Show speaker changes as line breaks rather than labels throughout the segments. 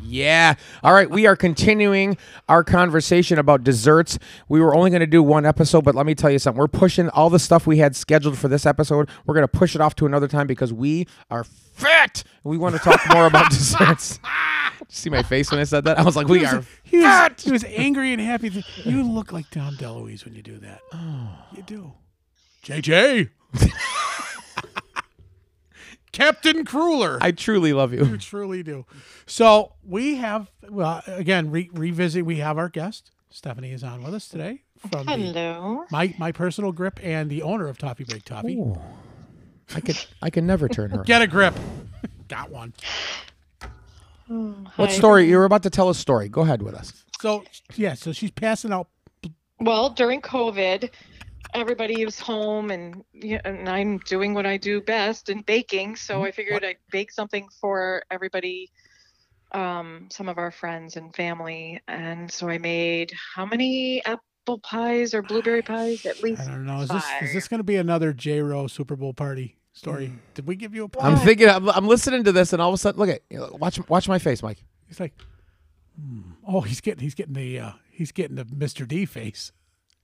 Yeah. All right. We are continuing our conversation about desserts. We were only going to do one episode, but let me tell you something. We're pushing all the stuff we had scheduled for this episode. We're going to push it off to another time because we are fat. We want to talk more about desserts. Did you see my face when I said that? I was like, we
He
are
was, he was-
fat.
he was angry and happy. You look like Tom DeLuise when you do that. Oh. You do. JJ. Captain Crueler.
I truly love you.
truly do. So we have, well, again, re- revisit. We have our guest. Stephanie is on with us today from the,
Hello.
my my personal grip and the owner of Toffee Big Toffee.
I could I could never turn her.
Get a grip. Got one.
What story? You were about to tell a story. Go ahead with us.
So yeah, so she's passing out.
Well, during COVID, everybody was home, and yeah, and I'm doing what I do best in baking.
Mm-hmm.
So I figured I'd bake something for everybody, um, some of our friends and family. And so I made how many apple pies or blueberry pies? At
I
least
don't know. Is this is this going to be another J Ro Super Bowl party
Hmm.
story? Did we give you a?
I'm thinking. I'm, I'm listening to this, and all of a sudden, look at watch watch my face, Mike.
He's like, hmm. oh, he's getting he's getting the uh, he's getting the Mr. D face.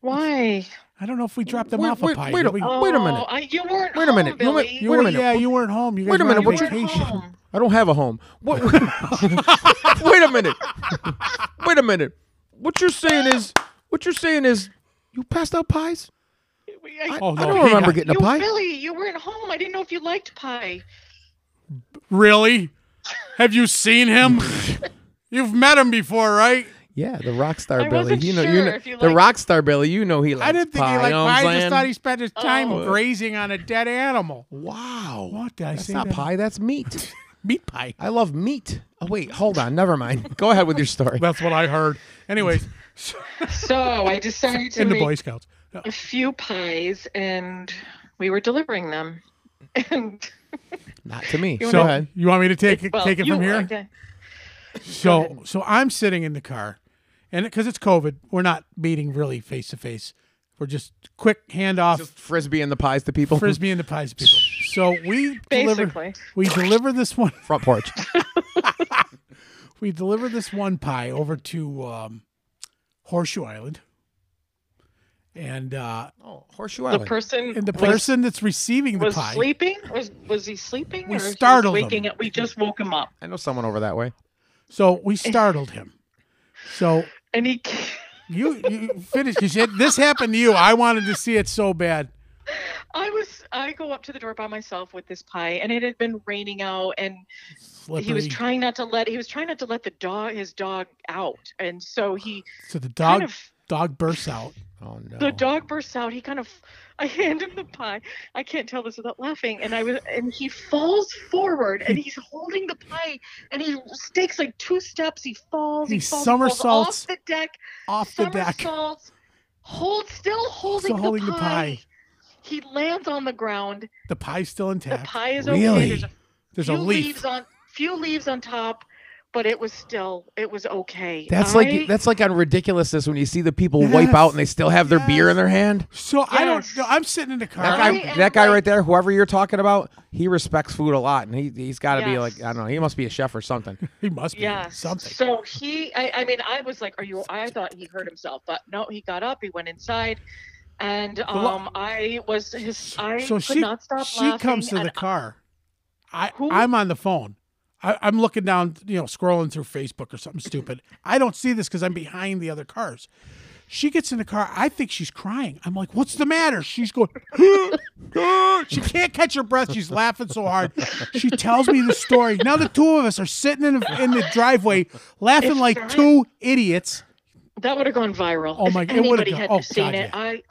why?
I don't know if we dropped them
Wait-
off a
wait-
pie.
wait
did
a-
we?
Oh, Wait a minute.
Oh, I, you weren't.
Wait a
home,
minute. You went-
Billy.
you wait a
were-
minute.
Yeah, you weren't home. You guys
Wait a
were
minute,
on
what-
vacation.
home.
I don't have a home. What? Wait a minute. Wait a minute. What you're saying is, what you're saying is, you passed out pies. I,
Oh,
I
no,
don't
he
remember
got-
getting
You,
a pie.
Billy, you weren't home. I didn't know if you liked pie.
Really? Have you seen him? You've met him before, right?
Yeah, the rock star
I
Billy.
wasn't
You know,
sure
you know
if you
the
liked-
rock star Billy. You know he likes
I didn't think
pie.
he liked
you know what
pie.
I'm
I just
saying?
thought he spent his time
Oh.
grazing on a dead animal.
Wow.
What did I
That's
say
not
that?
pie. That's meat.
Meat pie.
I love meat. Oh wait, hold on. Never mind. Go ahead with your story.
That's what I heard. Anyways,
So I decided to
in the
make
Boy Scouts. No,
a few pies and we were delivering them. And
Not to me.
You
Go
So
ahead.
you want me to take it,
well,
take it
you
from here?
were, okay.
So so I'm sitting in the car, and because it's COVID, we're not meeting really face to face. We're just quick handoff,
Just frisbee and the pies to people.
frisbee and the pies people. So we deliver
Basically.
we deliver this one
Front porch.
we deliver this one pie over to um, Horseshoe Island, and uh,
Oh, Horseshoe
The
Island.
person
and the
was-
person that's receiving the
was,
pie
sleeping. Was was he sleeping?
We
or he was
startled him.
waking up. We just woke him up,
I know someone over that way.
So we startled him. So
and he
you you finished because this happened to you. I wanted to see it so bad.
I was I go up to the door by myself with this pie, and it had been raining out, and
Slippery.
he was trying not to let he was trying not to let the dog his dog out, and so he
so the dog
kind of
dog bursts out.
Oh no.
the dog bursts out. He kind of, I hand him the pie. I can't tell this without laughing. And I was, and he falls forward, and he's holding the pie, and he takes like two steps. He falls. He,
He
falls,
somersaults
falls off the deck.
off the deck.
somersaults, Hold still, holding,
Still holding
the,
the
pie.
pie.
He lands on the ground.
The pie's still
The
intact.
pie is
Really?
okay. There's
There's
a
a
few
leaf.
leaves on few leaves on top, but it was still it was okay.
That's
I-
like that's like on ridiculousness when you see the people wipe out and they still have their beer in their hand.
So I don't
Yes.
know. I'm sitting in the car.
That
I
guy,
am
that guy right
like-
there, whoever you're talking about, he respects food a lot, and he he's got to be
Yes.
like I don't know, he must be a chef or something.
he must be
Yeah.
something.
So he, I, I mean, I was like, "Are you?" I thought he hurt himself, but no, he got up, he went inside, and
lo-
um, I was his. I
so
could
she
not stop
she
laughing,
comes to the
and
car. I
Who?
I'm on the phone. I, I'm looking down, you know, scrolling through Facebook or something stupid. I don't see this because I'm behind the other cars. She gets in the car. I think she's crying. I'm like, "What's the matter?" She's going. she can't catch her breath. She's laughing so hard. She tells me the story. Now the two of us are sitting in the, in the driveway, laughing
It's
like
giant.
two idiots.
that would have gone viral.
Oh
if
my- it would've
Anybody
gone-
had
oh,
seen
God,
it.
yeah.
I,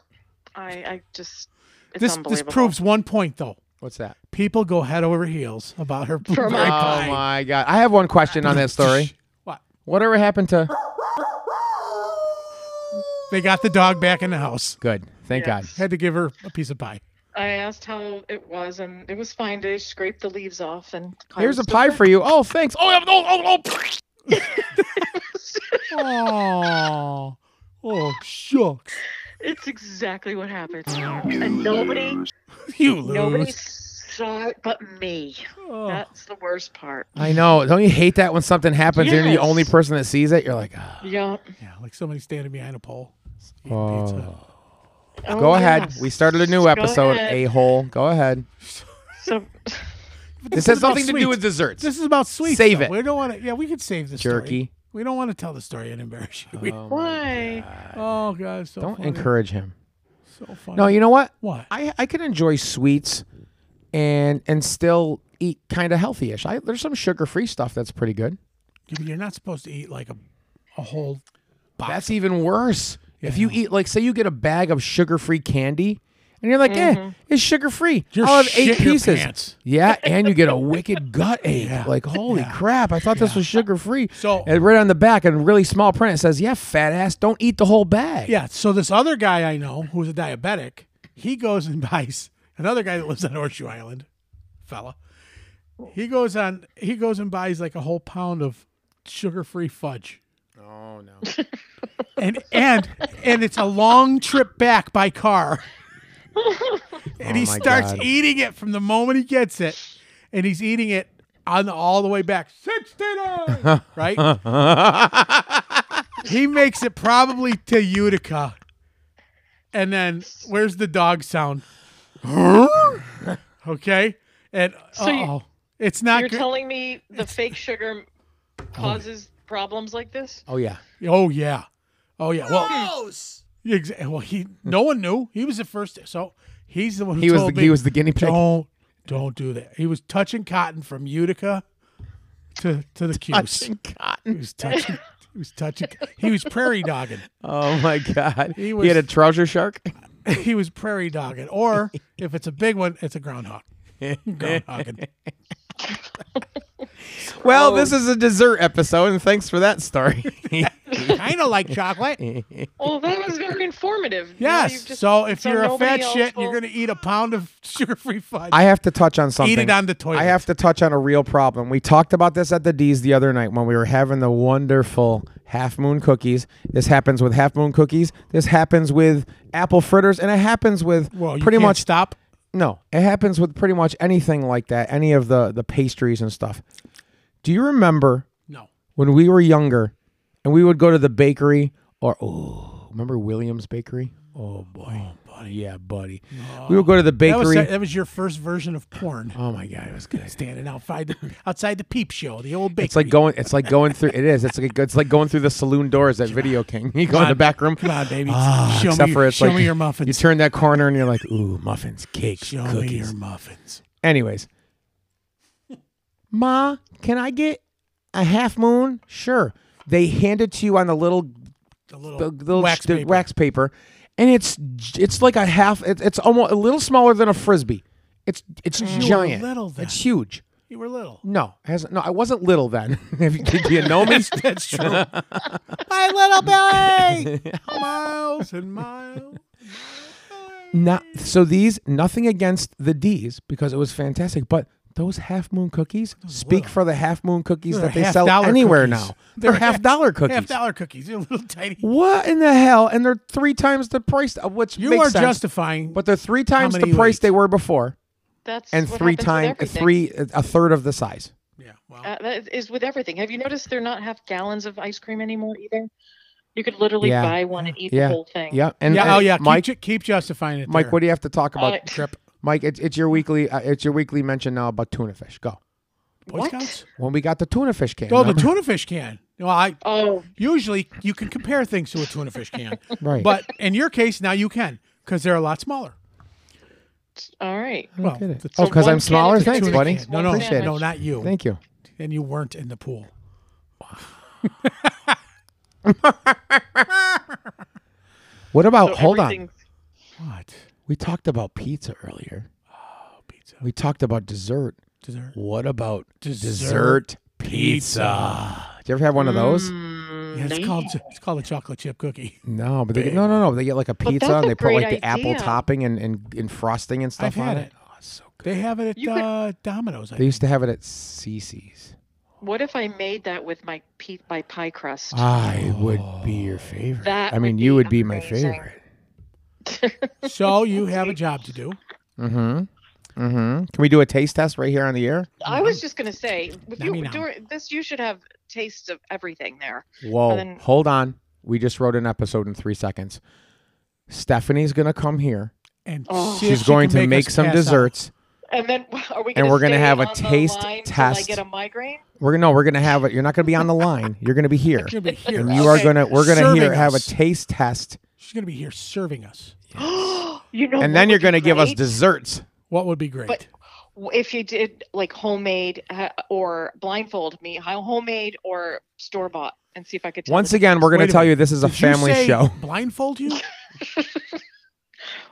I, I just. It's
This this
unbelievable.
proves one point though.
What's that?
People go head over heels about her blueberry
Very
oh
pie.
my god! I have one question on that story.
What?
Whatever happened to?
They got the dog back in the house.
Good, thank God.
Yes.
Had to give her a piece of pie.
I asked how it was, and it was fine. They scraped the leaves off, and pie
Here's a
was
pie
still
for you. Oh, thanks. Oh, yeah, oh, oh, oh.
Oh, oh, shucks.
good. It's exactly what happens, and nobody,
You
nobody
lose.
s- so, but me.
Oh.
That's the worst part.
I know. Don't you hate that when something happens and you're the
Yes.
only person that sees it? You're like, "Ah."
Yeah.
Yeah, like somebody standing behind a pole. eating pizza.
oh.
Oh,
Go ahead.
yes.
We started a new
Go
episode,
ahead.
a hole. Go ahead.
So,
But
This
is
has
about
nothing to do
sweets.
with desserts.
This is about sweets.
Save
though.
it.
We don't want to. Yeah, we could save this story.
Jerky.
We don't want to tell the story and embarrass you. We-
Oh my
why?
oh God, so
Don't
funny.
encourage him.
So funny.
No, you know what?
what?
I I can enjoy sweets and and still eat kind of healthy-ish. I, there's some sugar-free stuff that's pretty good.
You're not supposed to eat like a, a whole.
That's even worse. if
Yeah.
you eat like say you get a bag of sugar-free candy and you're like, "Eh, it's sugar-free.
You're
I'll have 8
shitting Mm-hmm. your
pieces."
pants.
Yeah, and you get a wicked gut ache. Like, "Holy crap, I thought this was sugar-free."
So-
and right on the back in really small print it says, "Yeah, fat ass, don't eat the whole bag."
Yeah. So this other guy I know who's a diabetic, he goes and buys another guy that lives on Horseshoe Island, fella. He goes on. He goes and buys like a whole pound of sugar-free fudge.
Oh no.
and and and it's a long trip back by car. and
Oh
he
my
starts
God.
eating it from the moment he gets it, and he's eating it on the, all the way back. Sixty-nine, right? he makes it probably to Utica, and then where's the dog sound? okay, and
So you-
oh, it's not
You're
good.
telling me the fake sugar causes problems like this?
Oh yeah.
Oh yeah, oh yeah. Well, exa- well, he no one knew he was the first. So he's the one. Who
He was
told
the,
me,
he was the guinea pig.
Don't don't do that. He was touching cotton from Utica to to the Cuse.
Touching
He
cotton.
was touching. He was touching. He was prairie dogging.
Oh my god.
He
He,
was-
had a trouser shark.
He was prairie dogging. Or if it's a big one, it's a groundhog. Groundhogging.
Well,
Oh.
this is a dessert episode, and thanks for that story.
kind of like chocolate.
Well, Oh, that was very informative. Now you've
Yes.
just-
So if
so
you're a fat
nobody else
shit, and
will-
you're gonna eat a pound of sugar-free fudge.
I have to touch on something.
Eat it on the toilet.
I have to touch on a real problem. We talked about this at the D's the other night when we were having the wonderful half moon cookies. This happens with half moon cookies. This happens with apple fritters, and it happens with
well, you
pretty
can't
much
stop.
No, it happens with pretty much anything like that. Any of the the pastries and stuff. Do you remember
No.
when we were younger and we would go to the bakery or oh remember williams bakery oh boy buddy yeah buddy we would go to the
That was
bakery
that was your first version of porn.
oh my god it was good
Standing outside the outside the peep show, the old bakery.
it's like going it's like going through it is it's like it's like going through the saloon doors at video king you go in the back room
Come on, baby.
Ah,
show
except
me,
for it's
show
like
me your
you
muffins.
turn that corner and you're like ooh muffins cakes
show
cookies
me your muffins.
Anyways, Ma, can I get a half moon? Sure. They hand it to you on the little,
The little,
the, the little
wax
the
paper.
wax paper, and it's j- it's like a half. It, it's almost a little smaller than a frisbee. It's it's giant.
little then.
It's huge.
You were little.
No, it hasn't. No, I wasn't little then. If you- Did you know me?
That's true. My little Billy. miles and miles.
Not so these nothing against the D's because it was fantastic, but those half moon cookies speak
little.
for the half moon cookies
They're
that they
half
sell
dollar
anywhere
cookies.
now. They're,
They're
half
half-
dollar cookies.
Half dollar cookies. You're little tiny.
What in the hell? And they're three times the price, of which
You
makes
are
sense,
justifying.
but they're three times
many
the
you
price
eat.
they were before,
That's
and
what
three
happens with
times
everything.
three a third of the size.
yeah. Well,
Uh, that is with everything. Have you noticed they're not half gallons of ice cream anymore either? You could literally
Yeah.
buy one and eat
Yeah.
the whole thing.
Yeah, and,
yeah.
and
oh yeah.
Mike,
keep, ju- keep justifying it.
Mike,
there.
what do you have to talk about?
Uh,
trip?
Mike, it's, it's your weekly, uh, it's your weekly mention now about tuna fish. Go
Boy
What?
Scouts?
when we got the tuna fish can.
Oh, the
remember?
tuna fish can. Well, I
Oh,
usually you can compare things to a tuna fish can,
right?
but in your case now you can because they're a lot smaller.
all right.
I don't
well,
get it.
it's
oh,
a
because
one
I'm
can
smaller.
of tuna
Thanks,
fish
buddy.
can.
No, no,
Appreciate it.
no, not you.
Thank you.
and you weren't in the pool.
What about?
So
hold on.
everything's-
What?
We talked about pizza earlier.
Oh, pizza.
We talked about dessert.
Dessert.
What about
Dessert
dessert pizza? Did you ever have one of those?
Mm,
Yeah, it's
no.
called it's called a chocolate chip cookie.
No, but they get, no, no, no. They get like a pizza
that's
and
a
they put like
great
the apple
idea.
topping and, and, and frosting and stuff
I've
on
had it.
Oh, it's so good.
They have it at
You could-
uh, Domino's. I
They
think.
used to have it at Cece's.
What if I made that with my pe- my pie crust?
Uh, I would be
Oh.
your favorite.
That
I mean,
would
you
be
would be my
amazing.
favorite.
So you have a job to do.
Mm-hmm. Mm-hmm. Can we do a taste test right here on the air?
I was just
Mm-hmm.
gonna say, if
I
you
mean, I'm-
during this, you should have taste of everything there.
Whoa.
And then-
Hold on. We just wrote an episode in three seconds. Stephanie's going to come here.
And
Oh.
see if
She's
she
going
can
to make
us
some
pass out.
desserts.
And then are we?
And we're gonna
stay
have a
on the
taste
line till I
test.
get a migraine.
We're no, we're gonna have it. You're not gonna be on the line. You're gonna be here.
She's gonna be here.
And you are
Okay.
gonna we're gonna
Serving
here have a
us.
taste test,
She's gonna be here serving us.
you know.
and
what
then you're
would be
gonna give us
great?
desserts.
What would be great?
But- if you did like homemade uh, or blindfold me, how homemade or store bought, and see if I could. Tell
Once
the
again, we're
Wait
gonna
a
tell
minute.
you this is a
Did you
family
say
show.
Blindfold you?
difference.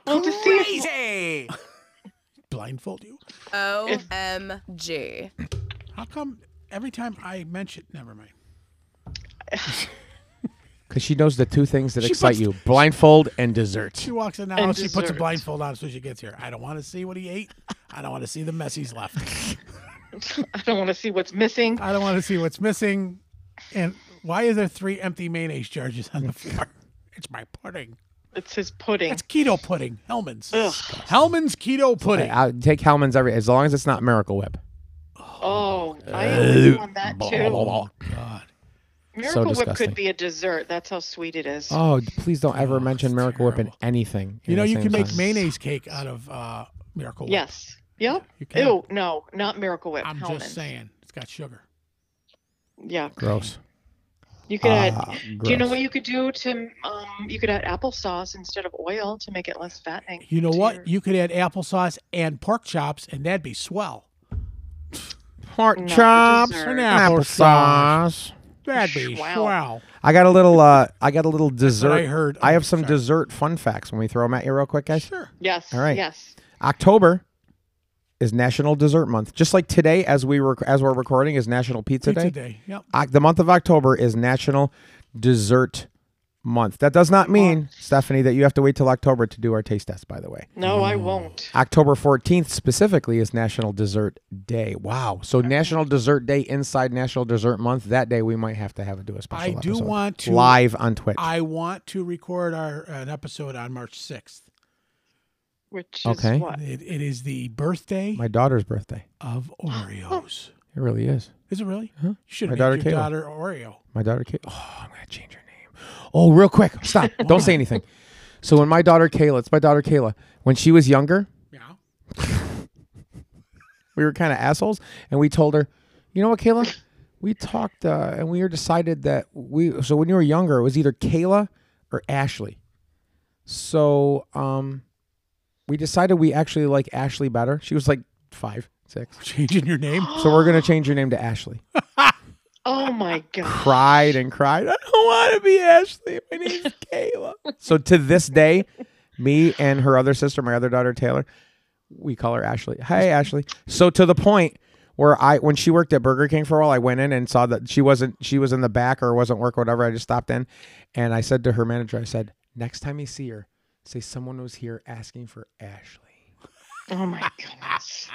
well, to see if-
Crazy.
blindfold you?
OMG.
How come every time I mention never mind.
Because she knows the two things that
She
excite
puts-
you: blindfold and desserts.
She walks in the house, she puts a
dessert.
blindfold on as soon as she gets here. I don't want to see what he ate. I don't want to see the mess he's left.
I don't want to see what's missing.
I don't want to see what's missing. And why is there three empty mayonnaise jars on the floor? It's my pudding.
It's his pudding.
It's keto pudding. Hellman's. Hellman's keto pudding.
I, will take Hellman's every as long as it's not Miracle Whip.
Oh, I am on that too.
God.
So
Miracle Whip
disgusting.
could be a dessert. That's how sweet it is.
Oh, please don't ever mention Miracle Whip in
terrible.
anything.
You
in
know
the
you
same
can make
sentence.
mayonnaise cake out of uh, Miracle Whip.
yes. Yep.
You can.
Ew. No, not Miracle Whip.
I'm
Hellman's.
just saying, it's got sugar.
Yeah.
Gross.
You could add.
Ah,
Do you know
gross.
what you could do to? Um, you could add applesauce instead of oil to make it less fattening.
You know
to
what?
your-
You could add applesauce and pork chops, and that'd be swell.
Pork
Not
chops
dessert.
and
Applesauce.
applesauce.
That'd be
Swell.
swell.
I got a little. Uh, I got a little dessert.
I heard.
I
Oh,
have some
sorry.
dessert fun facts when we throw them at you real quick, guys.
Sure.
Yes.
All right.
Yes.
October is National Dessert Month. Just like today, as we rec- as we're recording, is National Pizza, Day.
Pizza day. Yep.
Oc- the month of October is National Dessert Month. That does not mean, Stephanie, that you have to wait till October to do our taste test. By the way,
No, I
Mm.
won't.
October fourteenth specifically is National Dessert Day. Wow! So National Dessert Day inside National Dessert Month. That day we might have to have do a special.
I do
episode
want to-
live on Twitch.
I want to record our an episode on March sixth.
Which
Okay.
is what?
It, it is the birthday
My daughter's birthday.
of Oreos.
It really is.
Is it really? You should
My
have
daughter
named your
Kayla.
daughter Oreo.
My daughter, Kay- oh, I'm gonna change her name. Oh, real quick, stop! Don't say anything. So when my daughter Kayla, it's my daughter Kayla. When she was younger,
Yeah.
we were kind of assholes, and we told her, you know what, Kayla, we talked uh, and we were decided that we. So when you were younger, it was either Kayla or Ashley. So um, we decided we actually like Ashley better. She was like five, six.
Changing your name.
So we're gonna change your name to Ashley.
Oh my god.
cried and cried. I don't want to be Ashley. My name's Kayla. So to this day, me and her other sister, my other daughter Taylor, we call her Ashley. Hi, Ashley. So to the point where I, when she worked at Burger King for a while, I went in and saw that she wasn't, she was in the back or wasn't work or whatever. I just stopped in, and I said to her manager, I said, next time you see her, say someone was here asking for Ashley.
Oh my goodness.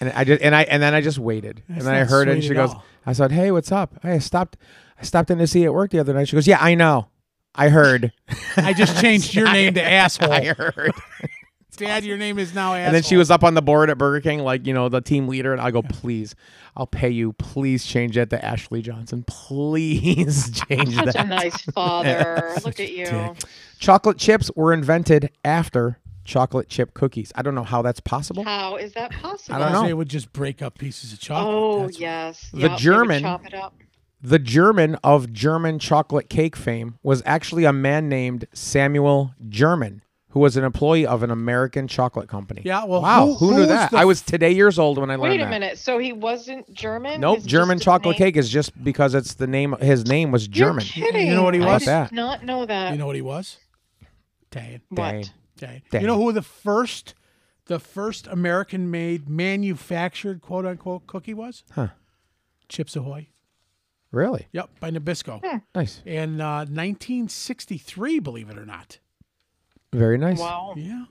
And I just and I and then I just waited.
That's
and then I
not
heard it and
sweet
she
at
goes,
all.
I said, Hey, what's up? I stopped I stopped in to see you at work the other night. She goes, Yeah, I know. I heard.
I just changed your name to asshole.
I heard.
Dad, your name is now asshole.
and then she was up on the board at Burger King, like, you know, the team leader, and I go, please, I'll pay you. Please change that to Ashley Johnson. Please change
Such a
that.
nice father. Look at you.
Chocolate chips were invented after chocolate chip cookies. I don't know how that's possible.
How is that possible?
I don't know.
They would just break up pieces of chocolate.
Oh
That's-
yes.
The
Yep, they would
German-
Chop it up.
The German of German chocolate cake fame was actually a man named Samuel German, who was an employee of an American chocolate company.
Yeah, well,
wow, who,
who- who
knew
was
that?
the
I was today years old when I learned
Wait a
that.
minute. So he wasn't German?
Nope,
It's just
German
his
chocolate
name?
cake is just because it's the name. His name was German.
You're kidding.
You know what he
was?
I
About that.
did not know that.
You know what he was? Dang.
Dang.
what?
Dang.
Dang.
You know who the first, the first American-made, manufactured quote unquote cookie was?
Huh.
Chips Ahoy.
Really
Yep, by Nabisco.
nice,
In uh, 1963, believe it or not.
very nice.
Wow.
Yeah.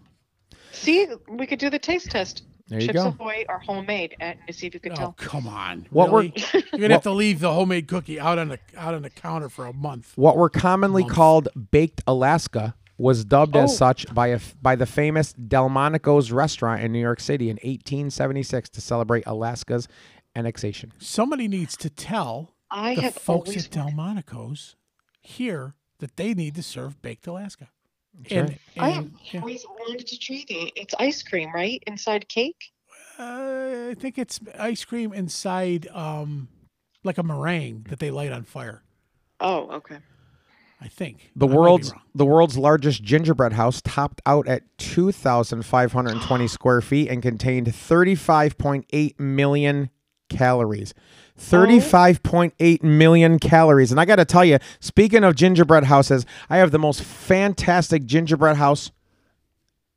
See, we could do the taste test.
There you
Chips
go.
Ahoy are homemade, and to see if you could
Oh
tell.
come on!
What were-
really? you're gonna have to leave the homemade cookie out on the out on the counter for a month?
What were commonly called baked Alaska was dubbed as
Oh.
such by a f by the famous Delmonico's restaurant in New York City in 1876 to celebrate Alaska's annexation.
Somebody needs to tell
I
the
have
folks
always
at Delmonico's here that they need to serve baked Alaska.
Sure.
And,
I have
and- yeah.
always wanted to try that. It's ice cream, right? Inside cake.
Uh, I think it's ice cream inside, um, like a meringue that they light on fire.
Oh, okay.
I think
The
I might be
world's
wrong.
the world's largest gingerbread house topped out at 2,520 square feet and contained 35.8 million calories. 35.8 million calories. And I got to tell you, speaking of gingerbread houses, I have the most fantastic gingerbread house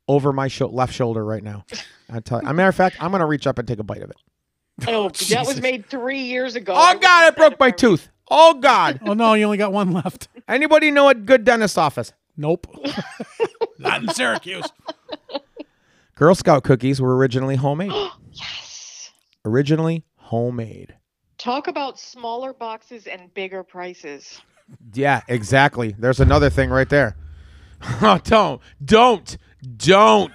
over my sho- left shoulder right now. I tell you. As a matter of fact, I'm going to reach up and take a bite of it.
Oh, that
Jesus.
was made three years ago.
Oh, God, I
wouldn't
broke my
have said
tooth. Oh, God.
Oh no, you only got one left.
Anybody know a good dentist office?
Nope, not in Syracuse.
Girl Scout cookies were originally homemade.
it. Yes.
originally homemade.
Talk about smaller boxes and bigger prices.
Yeah, exactly. There's another thing right there. Oh, don't, don't, don't,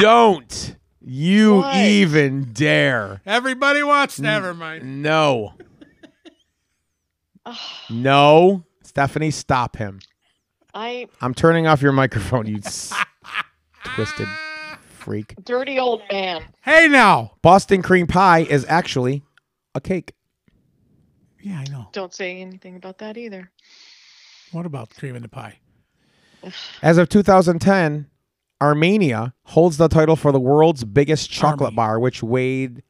don't. You
What?
even dare.
Everybody
Mm.
wants. Never mind.
No,
Ugh,
no. Stephanie, stop him.
I
I'm turning off your microphone, you s- twisted freak.
dirty old man.
Hey now.
Boston cream pie is actually a cake.
Yeah, I know.
Don't say anything about that either.
What about cream in the pie?
As of 2010, Armenia holds the title for the world's biggest chocolate
Army.
bar, which weighed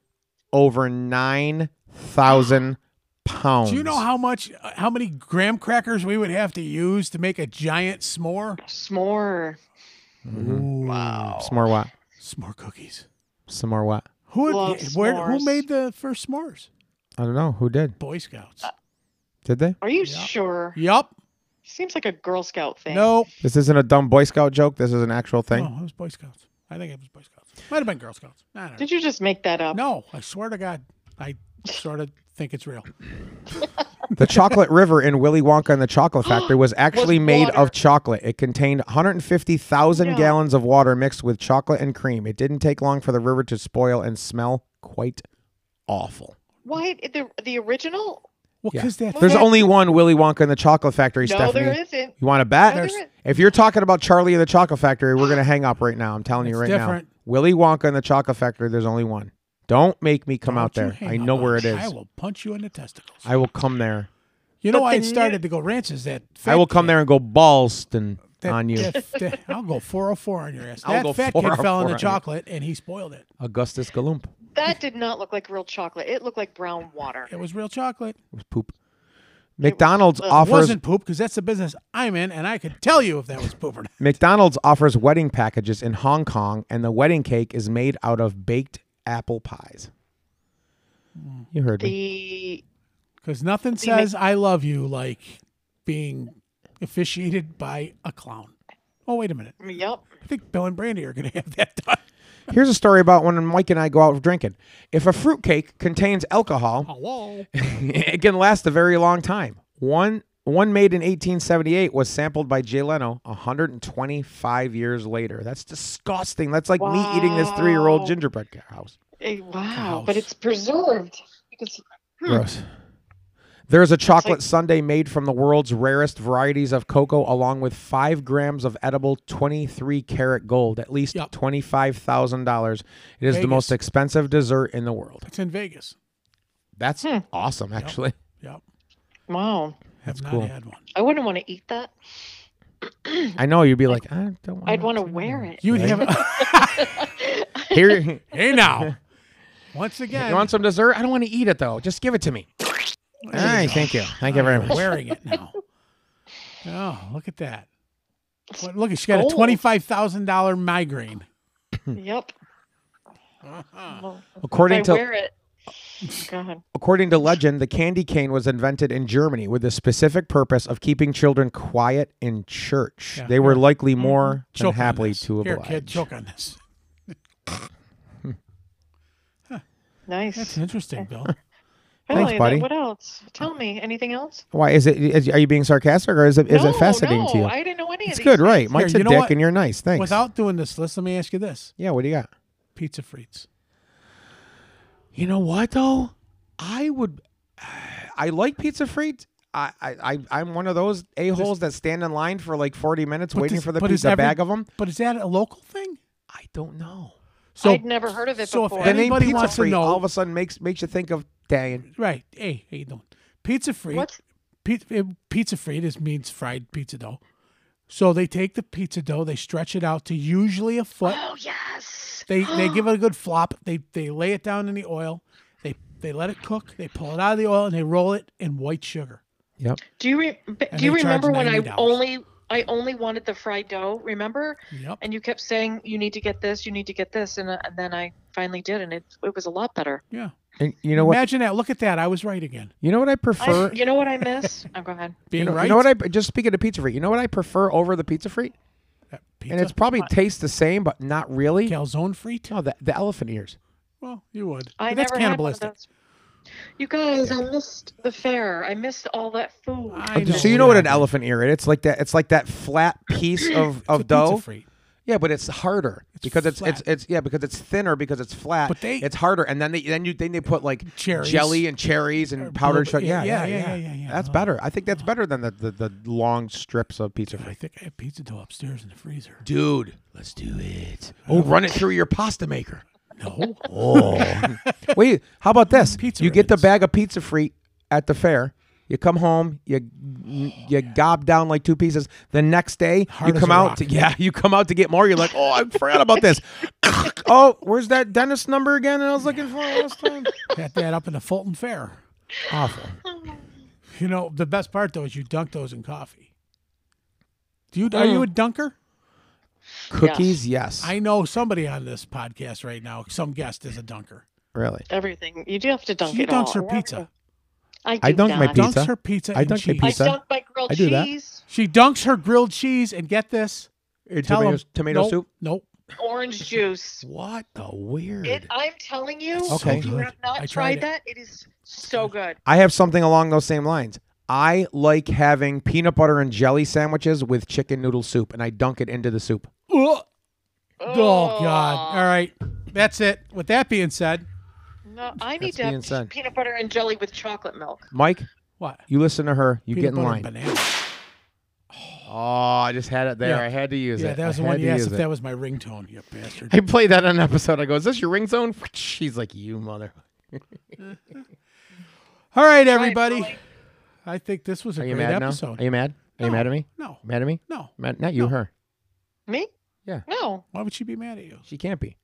over 9,000 pounds.
Do you know how much, uh, how many graham crackers we would have to use to make a giant s'more?
S'more.
Mm-hmm.
Wow.
Some more what?
S'more cookies.
Some more what?
Who
Love
where, who
s'mores.
made the first s'mores?
I don't know. Who did?
Boy Scouts.
Uh,
Did they?
Are you
Yeah.
sure?
yup.
Seems like a Girl Scout thing.
No.
This isn't a dumb Boy Scout joke. This is an actual thing.
No, it was Boy Scouts. I think it was Boy Scouts. Might have been Girl Scouts. I don't know.
Did you just make that up?
No, I swear to God, I sort of think it's real.
The chocolate river in Willy Wonka and the Chocolate Factory was actually made of
water.
chocolate. It contained 150,000
No.
gallons of water mixed with chocolate and cream. It didn't take long for the river to spoil and smell quite awful.
Why the the original?
Well,
Yeah.
because that
There's
fat-
only one Willy Wonka in the Chocolate Factory,
no,
Stephanie.
there isn't.
You want to bet?
No, there isn't.
if you're talking about Charlie and the Chocolate Factory, we're gonna hang up right now. I'm telling you
It's
right
different.
now. Willy Wonka and the Chocolate Factory. There's only one. Don't make me come
Don't
out
you
there.
hang
I
up
know
on
where it
me.
is.
I will punch you in the testicles.
come there.
you know,
But
I had
the
started to go ranches that.
I will come
there.
there and go Ballston
That-
on you.
that- that- I'll go 404 on your ass.
I'll
that
go
fat kid
404
fell
on
into
you.
chocolate and he spoiled it.
Augustus Galump. It
That did not look like real chocolate. It looked like brown water.
It was real chocolate.
was poop. McDonald's
well, it
It
offers
wasn't poop because that's the business I'm in, and I could tell you if that was poop or not.
McDonald's offers wedding packages in Hong Kong, and the wedding cake is made out of baked apple pies. You heard me.
The
Because nothing says I love you like being officiated by a clown. Oh, wait a minute.
yep.
I think Bill and Brandy are going to have that done.
Here's a story about when Mike and I go out drinking. If a fruitcake contains
Oh.
alcohol,
Hello.
it can last a very long time. One one made in 1878 was sampled by Jay Leno 125 years later. That's disgusting. That's like me eating this three year old
Wow.
gingerbread house.
Eh, wow. But
Gross.
it's preserved. Because
Gross. There's a chocolate sundae made from the world's rarest varieties of cocoa, along with five grams of edible 23 karat gold, at least
Yep.
$25,000. It is the
Vegas.
most expensive dessert in the world.
It's in Vegas.
That's
Hmm.
awesome, actually.
Yep.
wow,
Have not
cool.
had one.
I wouldn't want to eat that.
I know you'd be like, I don't.
I'd want to wear it.
You would have.
Here, you
hey, now. Once again,
want some dessert? I don't want to eat it though. Just give it to me. All right, thank you, thank you very much.
wearing it now. Oh, look at that. What- Look, she got a
Gold.
twenty-five thousand dollar migraine.
yep. Well,
According
if I
to
wear it. Go ahead.
according to legend, the candy cane was invented in Germany with the specific purpose of keeping children quiet in church.
Yeah.
they were likely more than
Choke on
happily
this.
to
Here,
oblige.
kid, choke on this. That's
Nice.
interesting, Bill.
Thanks,
Really, that-
buddy.
What else? Tell me anything else.
Why is it? Is, are you being sarcastic or is it is
no,
it fascinating
no,
to you?
I didn't know any
It's
of these.
good, right?
things.
Mike's
Here,
a
you know
dick
what?
and you're nice. Thanks.
Without doing this list, let me ask you this:
yeah, what do you got?
pizza frites.
You know what though? I would. I like pizza frites. I I I- I'm one of those a holes that stand in line for like 40 minutes
But
waiting
does-
for the
but is
pizza
every-
bag of them.
But is that a local thing?
I don't know.
So
I'd never heard of it
so if
before.
The name
Anybody
pizza
wants to
free
know-
all of a sudden makes makes you think of Dan.
right. Hey, how you doing? Pizza free.
What's-
Pizza, pizza free just means fried pizza dough. So they take the pizza dough, they stretch it out to usually a foot.
Oh yes.
They they give it a good flop. They they lay it down in the oil. They they let it cook. They pull it out of the oil and they roll it in white sugar.
Yep.
Do you re- b-
And
do you
they charge
remember when I
$90.
only I only wanted the fried dough? Remember?
Yep.
And you kept saying you need to get this, you need to get this, and, uh, and then I finally did, and it it was a lot better.
Yeah.
And you know what?
Imagine that. Look at that. I was right again.
You know what I prefer.
I, you know what I miss? oh, go ahead.
Being
You know,
right.
you know what I just speaking of pizza free. You know what I prefer over the pizza free,
That pizza.
and it's probably tastes the same, but not really.
calzone frite.
No, the, the elephant ears.
Well, you would.
I
But that's
never had one of
cannibalistic.
those. You guys, I missed the fair. I missed all that food.
I
so you know what an elephant ear is? It's like that. It's like that flat piece of
It's a
of dough.
Pizza frite.
Yeah, but it's harder because it's, it's
flat.
it's yeah because it's thinner because it's flat.
But they-
it's harder, and then they then you then they put like
Cherries.
jelly and cherries and
blueberry-
powdered sugar.
yeah,
Yeah
yeah, yeah, yeah, yeah, Oh.
That's
yeah.
better. I think that's better than the, the, the long strips of pizza.
I
Fri-
think I have pizza dough upstairs in the freezer.
Dude, let's do it. Oh, run it through your pasta maker.
No.
Oh, wait. How about this?
Pizza
you get the
ribbons.
bag of pizza free at the fair. You come home, you you gob down like two pieces. The next day,
Hard
you
as
come
a
out
rock.
to yeah, you come out to get more. You're like, oh, I forgot about this. oh, where's that dentist number again? that I was looking for last time.
Pat that up in the Fulton Fair.
Awful.
You know, the best part though is you dunk those in coffee. Do you are you a
Mm.
dunker?
Cookies, yes.
I know somebody on this podcast right now, some guest is a dunker.
really.
Everything. You do have to dunk
she
it
dunks
all.
her pizza.
I, do
I dunk my
not.
pizza.
Dunks her pizza.
I
and
dunk my
cheese.
I
pizza.
dunk my grilled
I do that.
cheese,
She dunks her grilled cheese and get this. Tell
tomato,
'em,
tomato
nope,
soup.
Nope.
orange juice.
What the weird.
It, I'm telling you,
That's
Okay.
if you
good.
have not
I
tried,
tried it.
that, it is so good.
I have something along those same lines. I like having peanut butter and jelly sandwiches with chicken noodle soup, and I dunk it into the soup.
Ugh. Oh God! All right, that's it. With that being said,
No, I need
That's
to
being
have
said.
peanut butter and jelly with chocolate milk.
Mike,
what?
you listen to her. You
Peanut
get in
butter and
line.
banana.
Oh, I just had it there.
Yeah.
I had to use
Yeah,
it.
that was
I
the
had
one.
to
Yes,
use
if
it.
that was my ringtone, you bastard.
I played that on an episode. I go, "Is this your ringtone?" She's like, "You mother."
All right, everybody.
Billy.
I think this was a
Are you
great
mad now?
episode.
Are you mad? Are you
No.
mad at me?
No,
Mad at me?
no.
Mad, not you, her.
Me?
Yeah.
No.
Why would she be mad at you?
She can't be.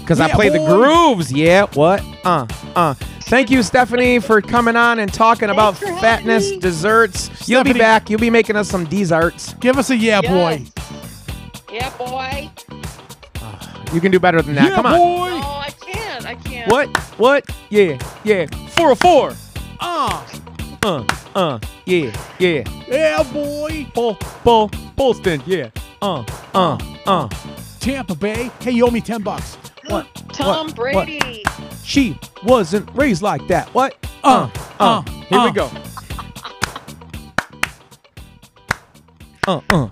Because I
Yeah,
play the
boy.
grooves. Yeah, what? Uh, uh. Thank you, Stephanie, for coming on and talking about
for having
fatness,
me.
desserts. You'll be
Stephanie-
back. You'll be making us some desserts.
Give us a yeah, boy.
Yes. Yeah, boy.
You can do better than that.
Yeah,
Come on.
boy.
No, I can't. I can't.
What? What? Yeah, yeah. 404.
Uh,
Uh, uh. Yeah, yeah.
yeah, boy.
Bull, bull, Bolston. Yeah. Uh, uh, uh.
Tampa Bay. Hey, you owe me ten bucks.
What?
Tom
what,
Brady.
She wasn't raised like that. What?
Uh,
Uh,
uh,
here we
uh.
go. Uh, uh,